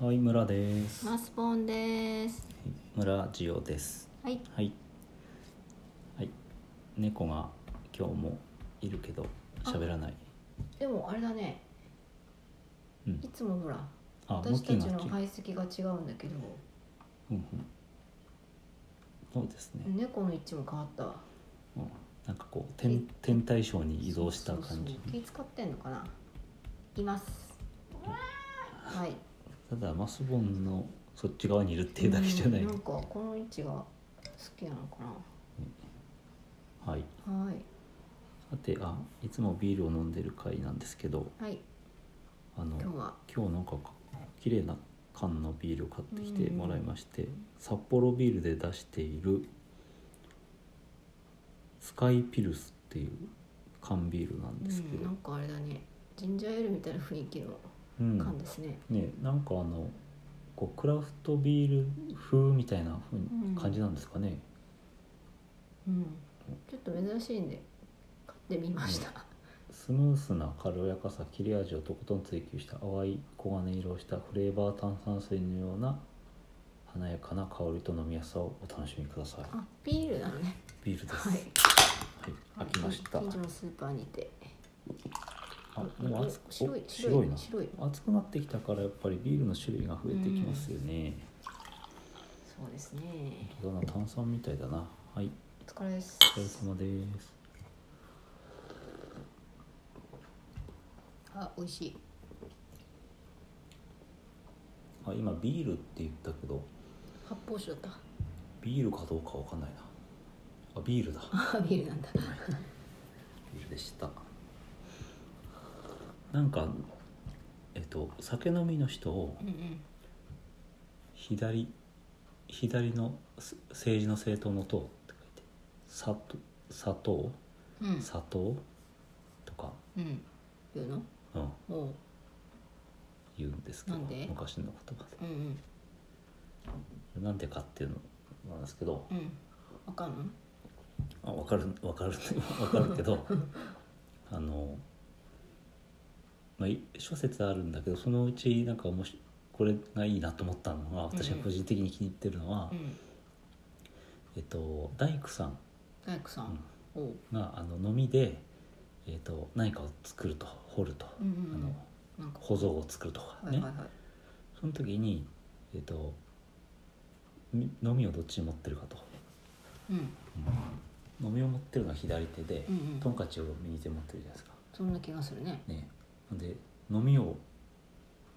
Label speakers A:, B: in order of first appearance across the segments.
A: はい村です
B: マスポンです。
A: 村ジオです
B: はい。
A: はいはい猫が今日もいるけど喋らない
B: でもあれだね。
A: うん
B: いつもほら、
A: あ
B: 私た
A: 向
B: ちの
A: きが
B: 排斥が違うんだけど、
A: うんうんそうですね、
B: 猫の位置も変わったわ。
A: うん、なんかこう天天体ショーに移動した
B: そうそう
A: 感じ
B: 気使ってんのかな。います。はい。
A: ただマスボンのそっち側にいるっていうだけじゃない、
B: うんなんかこの位置が好きなのか
A: はい
B: な。はい。
A: さてあいつもビールを飲んでる回なんですけど
B: はい。
A: あの
B: 今日は
A: 今日なんか綺麗な缶のビールを買ってきてもらいまして、札幌ビールで出しているスカイピルスっていう缶ビールなんですけ
B: うん
A: ど
B: なん、かあれだね。ジンジャーエールみたいな雰囲気の
A: うん
B: 感ですね。
A: ねなんかあのこうクラフトビール風みたいな風に
B: うん
A: 感じなんですかね、
B: うん。ちょっと珍しいんで買ってみました。
A: スムースな軽やかさ切れ味をとことん追求した淡い黄金色をしたフレーバー炭酸水のような華やかな香りと飲みやすさをお楽しみください
B: あ、ビールなのね。
A: ビールです、
B: はい。
A: はい、開きました。
B: 近所のスーパーにて。
A: あ、もう暑くお
B: 白い
A: 白いな。
B: 白い。
A: 暑くなってきたからやっぱりビールの種類が増えてきますよね。
B: そうですね。
A: どんな炭酸みたいだな。はい、
B: お疲れです。
A: お疲れ様です。
B: あ、美味しい。
A: あ、今ビールって言ったけど、
B: 発泡酒だっ
A: ビールかどうかわかんないな。あ、ビールだ。
B: た。あ、ビールなんだ。
A: ビールでした。なんかえっと酒飲みの人を
B: うんうん。
A: 左左のす政治の政党の党って書いて、砂糖砂糖
B: うん。
A: 砂糖とか、
B: うん。言うの。
A: うん、
B: おう。
A: 言うんですけど
B: なんで
A: 昔の言葉
B: うんうん。
A: でなんでかっていうのなんですけど
B: うん。わかんの。
A: あ分かる分かる 分かるけ どあの、まあ、い諸説あるんだけどそのうちなんかもしこれがいいなと思ったのが私が個人的に気に入ってるのは、
B: うん。
A: えっと、大工さん
B: 大工さん。おう。
A: があの飲みで、えっと、何かを作ると掘ると、
B: うんうんうん
A: あの
B: なんか。
A: 保存を作るとか
B: は
A: ね、
B: いはいはい。
A: その時に、えっと、み飲みをどっちに持ってるかと。
B: うん。
A: 飲みを持ってるのは左手で、
B: うんうん
A: トンカチを右手持ってるじゃないですか
B: そんな気がするね。
A: ねほんで飲みを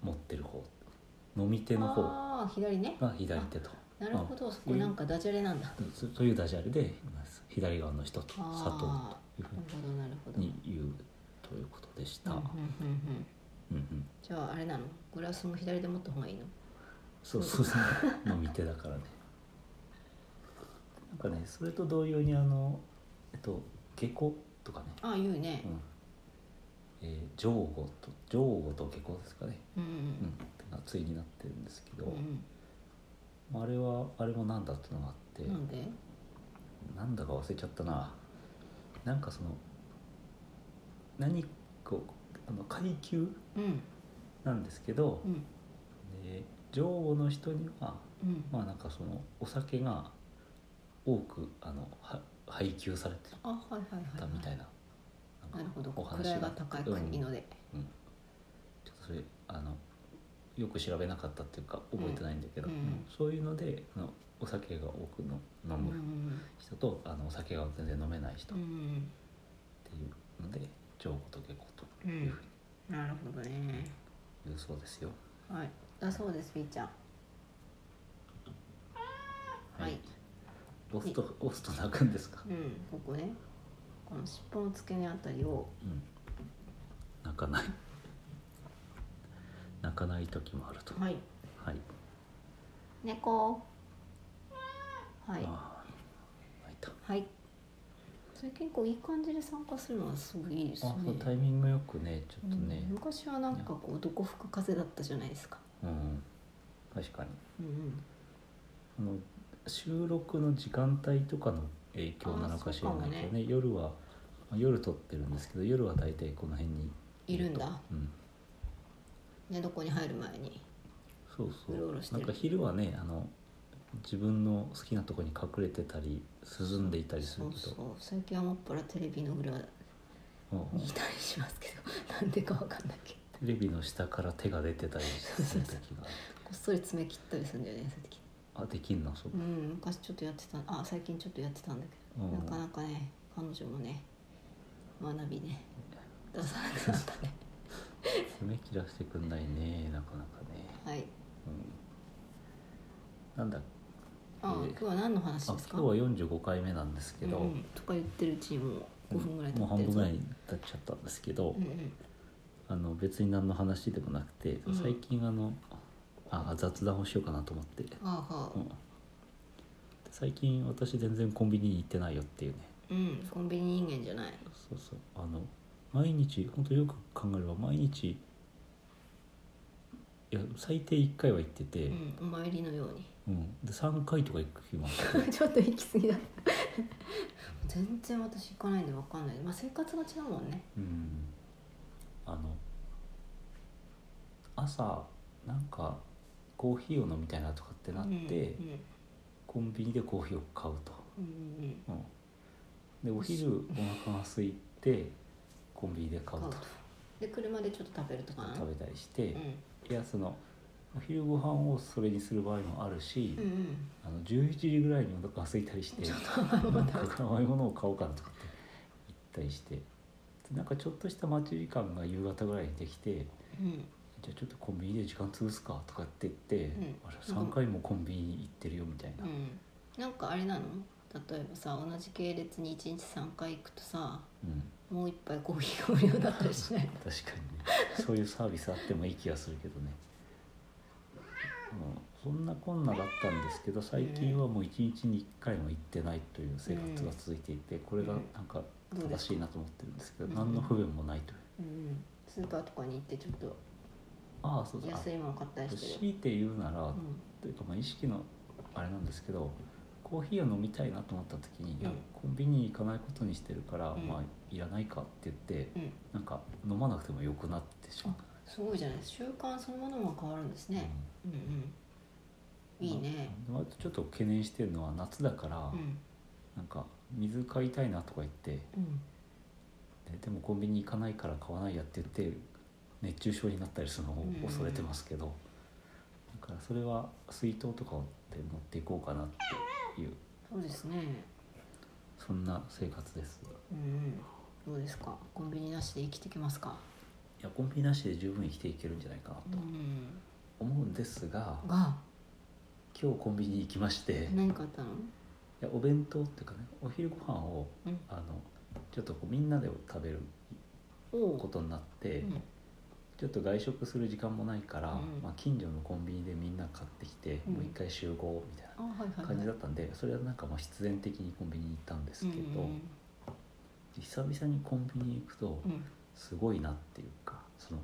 A: 持ってる方飲み手の方
B: ああ、左ね。
A: が左手と
B: なるほ
A: う
B: ど。
A: ん
B: そこなんかダジャレなんだ。
A: そというダジャレで言います左側の人と佐藤
B: あ
A: という
B: あ。なるほど、なる
A: ふ
B: ほ
A: う
B: ど。
A: に言うということでした、
B: う
A: うん
B: うんうんうん。
A: んうん、
B: じゃああれなのグラスも左で持った方がいいの
A: そうそうそう飲み手だからねなんかねそれと同様にあのえっと下戸とかね、
B: ああ言うね
A: うんえー、上後と上後と下戸ですかね
B: うんう
A: うん
B: ん、
A: が対になってるんですけど、
B: うん
A: まああれはあれもなんだってのがあって、
B: うんなんで
A: なんだか忘れちゃったななんかその何こうあの階級
B: うん
A: なんですけど
B: う、ん
A: で女王の人には
B: うん
A: まあなんかそのお酒が多くあのは配給されて
B: あはいはいはい
A: たみたい
B: な
A: な,、
B: なるほど
A: お話
B: 位が高い国ので
A: うんうんちょっとそれあのよく調べなかったっていうか覚えてないんだけど、
B: うん
A: そういうのであのお酒が多くの飲
B: うん
A: む人とあのお酒が全然飲めない人
B: う
A: っ
B: ん
A: ていうので上皇と下皇と
B: う
A: いうんふうに
B: なるほどね
A: 言うそうですよ、
B: はいだそうですみーちゃんはい
A: 押すと押すと泣くんですか、
B: うんここねこの尻尾の付け根あたりを
A: うん、泣かない 泣かない時もあると
B: はい
A: はい、
B: 猫はい
A: ああ泣いた
B: はいそれ結構いい感じで参加するのはすごいいいですね
A: あそうタイミングよくねちょっとね
B: うん、昔はなんかこうどこ吹く風だったじゃないですか。
A: うん、確かに
B: うんうん、
A: あの収録の時間帯とかの影響なのか知らないけどね夜はまあ夜撮ってるんですけど夜は大体この辺に
B: いるん
A: と
B: だ。
A: うん
B: 寝床に入る前に。
A: そうそう
B: うろうろして
A: な
B: る
A: んか昼はねあの自分の好きなとこに隠れてたり涼んでいたりす
B: そ
A: る
B: う
A: けど
B: そう最近はもっぱらテレビの裏に
A: うんうん
B: いたりしますけ どなんでかわかんないけど
A: テレビの下から手が出てたりする時 が
B: こっそり爪切ったりするんだよねそういう時
A: あできんなそう
B: う、ん昔ちょっとやってたあ最近ちょっとやってたんだけど、
A: うん
B: なかなかね彼女もね学びね出さなくなったね
A: 爪切らせてくんないねなかなかね、
B: はい
A: うん、なんだ
B: あ
A: えー
B: 今日は何の話
A: あ
B: ですか
A: 今日は45回目なんですけど、
B: うんうんとか言ってるうちにもう5分ぐらい経
A: もう
B: っ
A: 半
B: てる
A: 分
B: ぞ
A: ぐらい経っちゃったんですけど、
B: うんうん
A: あの別に何の話でもなくて
B: ん
A: 最近あの、あ雑談をしようかなと思って、
B: ああはあ
A: うん最近私全然コンビニに行ってないよっていうね
B: うんコンビニ人間じゃない
A: そうそうあの毎日本当よく考えれば毎日いや最低1回は行ってて、
B: う
A: うん
B: んお参りのよう に
A: で3回とか行く日もあって
B: ちょっと行き過ぎだ 全然私行かないんで分かんないまあ生活が違うもんね
A: うんあの朝なんかコーヒーを飲みたいなとかってなって、
B: うんうん
A: コンビニでコーヒーを買うと、
B: うんうん
A: うんでお昼お腹が空いてコンビニで買う
B: 買
A: と
B: うとで車でちょっと食べるとかな
A: 食べたりして、
B: うん
A: いやそのお昼ご飯をそれにする場合もあるし、
B: うんうん
A: あの11時ぐらいにお腹が空いたりしてなんか甘いものを買おうかなとかって言ったりしてでなんかちょっとした待ち時間が夕方ぐらいにできて
B: うん
A: じゃあちょっとコンビニで時間潰すかとかって言って、
B: うん
A: あれ3回もコンビニ行ってるよみたいな、
B: うんなんかあれなの例えばさ同じ系列に1日3回行くとさ
A: うん
B: もう一杯コーヒーが無料だった りしないの
A: 確かにねそういうサービスあってもいい気がするけどね、うん、そんなこんなだったんですけど最近はもう一日に1回も行ってないという生活が続いていてこれがなんか正しいなと思ってるんですけど
B: うん
A: 何の不便もないという
B: うんスーパーとかに行ってちょっと
A: ああそうだ
B: 安いもの買ったりしてる
A: 強いて言うなら、
B: うん
A: というかまあ意識のあれなんですけどコーヒーを飲みたいなと思った時に、いや
B: うん
A: コンビニに行かないことにしてるから、
B: うん
A: まあいらないかって言って
B: うん
A: なんか飲まなくてもよくなってしまう。
B: すごいじゃない習慣そのものも変わるんですね
A: うん
B: うんうんいいね
A: まああとちょっと懸念してるのは夏だから、
B: うん
A: なんか水買いたいなとか言って
B: うん
A: ででもコンビニ行かないから買わないやって言って熱中症になったりするのを
B: うん
A: 恐れてますけど、だからそれは水筒とかで持っていこうかなっていう
B: そうですね
A: そんな生活です
B: うんうんどうですかコンビニなしで生きてきますか
A: いやコンビニなしで十分生きていけるんじゃないかな
B: う
A: と
B: ん
A: 思うんですが、
B: が
A: 今日コンビニ行きまして、い
B: 何買ったの
A: やお弁当っていうかねお昼ご飯を
B: うん
A: あのちょっとこうみんなで食べる
B: お
A: こ
B: お
A: とになって。
B: うん
A: ちょっと外食する時間もないから、
B: うん
A: まあ、近所のコンビニでみんな買ってきて、
B: うん
A: もう一回集合みたい
B: あはい
A: な
B: はい
A: 感
B: は
A: じ
B: い
A: だったんでそれはなんかまあ必然的にコンビニに行ったんですけど、
B: うん
A: 久々にコンビニに行くと
B: うん
A: すごいなっていうかその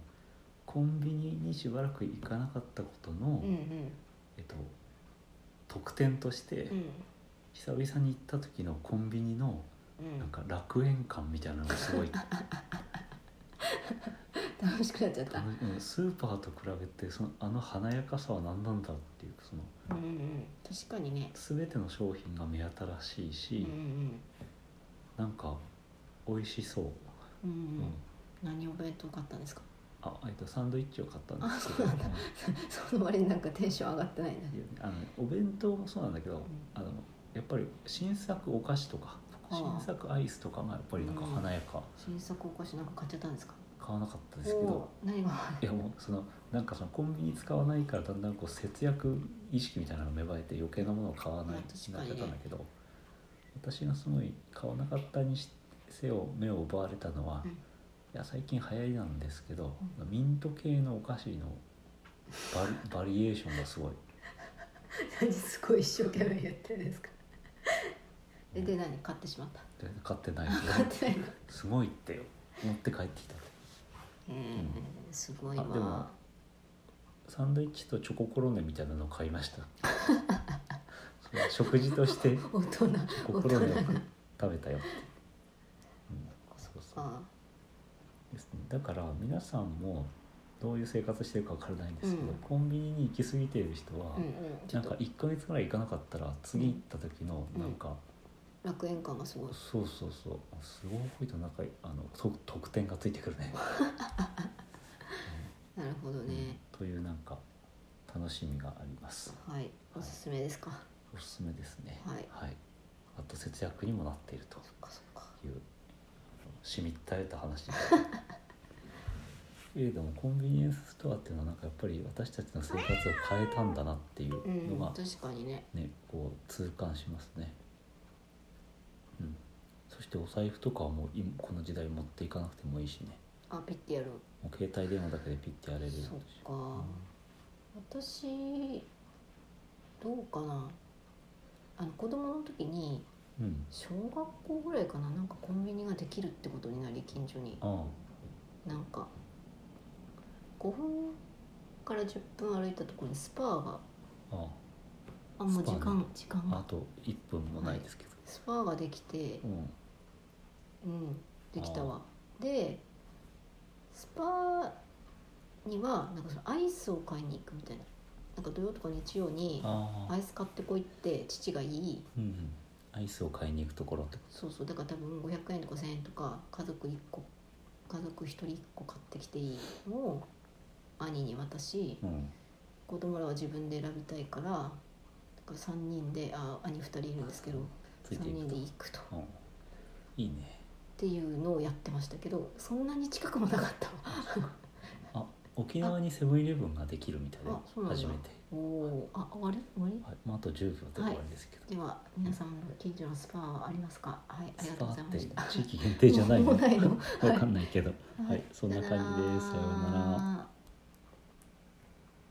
A: コンビニにしばらく行かなかったことの、
B: うんうん
A: えっと、特典として、
B: うん
A: 久々に行った時のコンビニの
B: うん
A: なんか楽園感みたいなのがす ごい、
B: 楽しくなっちゃった
A: うんスーパーと比べてそのあの華やかさは何なんだっていうその。
B: うんうん確かにね
A: 全ての商品が目新しいし、
B: うんうん
A: なんか美味しそう、
B: うんう
A: うんん
B: 何お弁当買ったんですか
A: あえっとサンドイッチを買ったんですけどうん
B: その割になんかテンション上がってないね
A: いや あのお弁当もそうなんだけど、あのやっぱり新作お菓子とか
B: ああ
A: 新作アイスとかがやっぱりなんか華やか、
B: 新作お菓子なんか買っちゃったんですか
A: 買わなかったですけ
B: お
A: ど
B: お何が
A: いやもうそのなんかそのコンビニ使わないからだんだんこう節約意識みたいなのが芽生えて余計なものを買わない
B: まあ
A: って
B: 確
A: な
B: か
A: っ
B: に
A: ちゃ
B: ね
A: ったんだけど私がすごい買わなかったにせよ目を奪われたのは、
B: うん
A: いや最近流行りなんですけど、ミント系のお菓子のバリバリエーションがすごい
B: 何すごい一生懸命やってるんです かでで何買ってしまった
A: で買ってない
B: 買
A: け
B: っ
A: ど
B: てないの
A: すごいってよ持って帰ってきた
B: うんすごい
A: あでも
B: わ
A: サンドイッチとチョココロネみたいなのを買いましたそれは食事として
B: 大人大
A: 心
B: 人
A: で
B: な
A: 食べたよって、うん、そうそう
B: あ
A: ですねだから皆さんもどういう生活してるかわからないんですけど、
B: うん
A: コンビニに行き過ぎてる人は、
B: うんうんちょ
A: な
B: っ
A: んか
B: と
A: 1ヶ月ぐらい行かなかったら次行った時の
B: うん
A: なんか、
B: 楽園感がすごい
A: そうそうそうすごいとなんかあのと得点がついてくるね、
B: なるほどね、
A: というなんか楽しみがあります
B: はいおすすめですか
A: おすすめですね
B: はい
A: あと節約にもなっていると
B: そっかそっか
A: いうあのしみったれた話です えーでもコンビニエンスストアっていうのはなんかやっぱり私たちの生活を変えたんだなっていう
B: う
A: の
B: ん
A: が、
B: 確かにね
A: ねこう痛感しますね、うん、そしてお財布とかはもう今この時代持っていかなくてもいいしね
B: あピッてやる
A: もう携帯電話だけでピッてやれる
B: そっか、私どうかなあの子供の時に
A: うん
B: 小学校ぐらいかななんかコンビニができるってことになり近所に
A: ああ
B: なんか5分から10分歩いたところにスパーが
A: あ
B: あもう
A: スパ
B: 時
A: ね
B: 間、時間
A: ああ
B: が
A: と1分もないですけど、
B: スパーができて
A: うん
B: うんできたわでスパーにはなんかそのアイスを買いに行くみたいななんか土曜とか日曜に
A: ああ
B: アイス買ってこいって父が言い
A: うんうんアイスを買いに行くところってこ
B: そうそうだから多分500円とか1000円とか家族1個家族1人1個買ってきていいのを兄に渡し
A: とうん
B: 子供らは自分で選びたいからだから3人であ兄2人いるんですけど
A: つい
B: 3
A: ていくと
B: 人で行くとっ
A: うんいいね
B: ていうのをやってましたけどそんなに近くもなかったわ
A: あ沖縄にセブンイレブンができるみたいで
B: あそうなんだ
A: 初めて、
B: おおーあ終わり終わり
A: はいまあ、あと10秒で終わりですけど、
B: では皆さん近所のスパはありますかはいあり
A: スパ
B: がとうござ
A: ー
B: い
A: っ
B: ま
A: て
B: した
A: 地域限定じゃない
B: も
A: の
B: うないの
A: わかんないけど、
B: はい
A: はい、そんな感じです。さようなら。
B: ら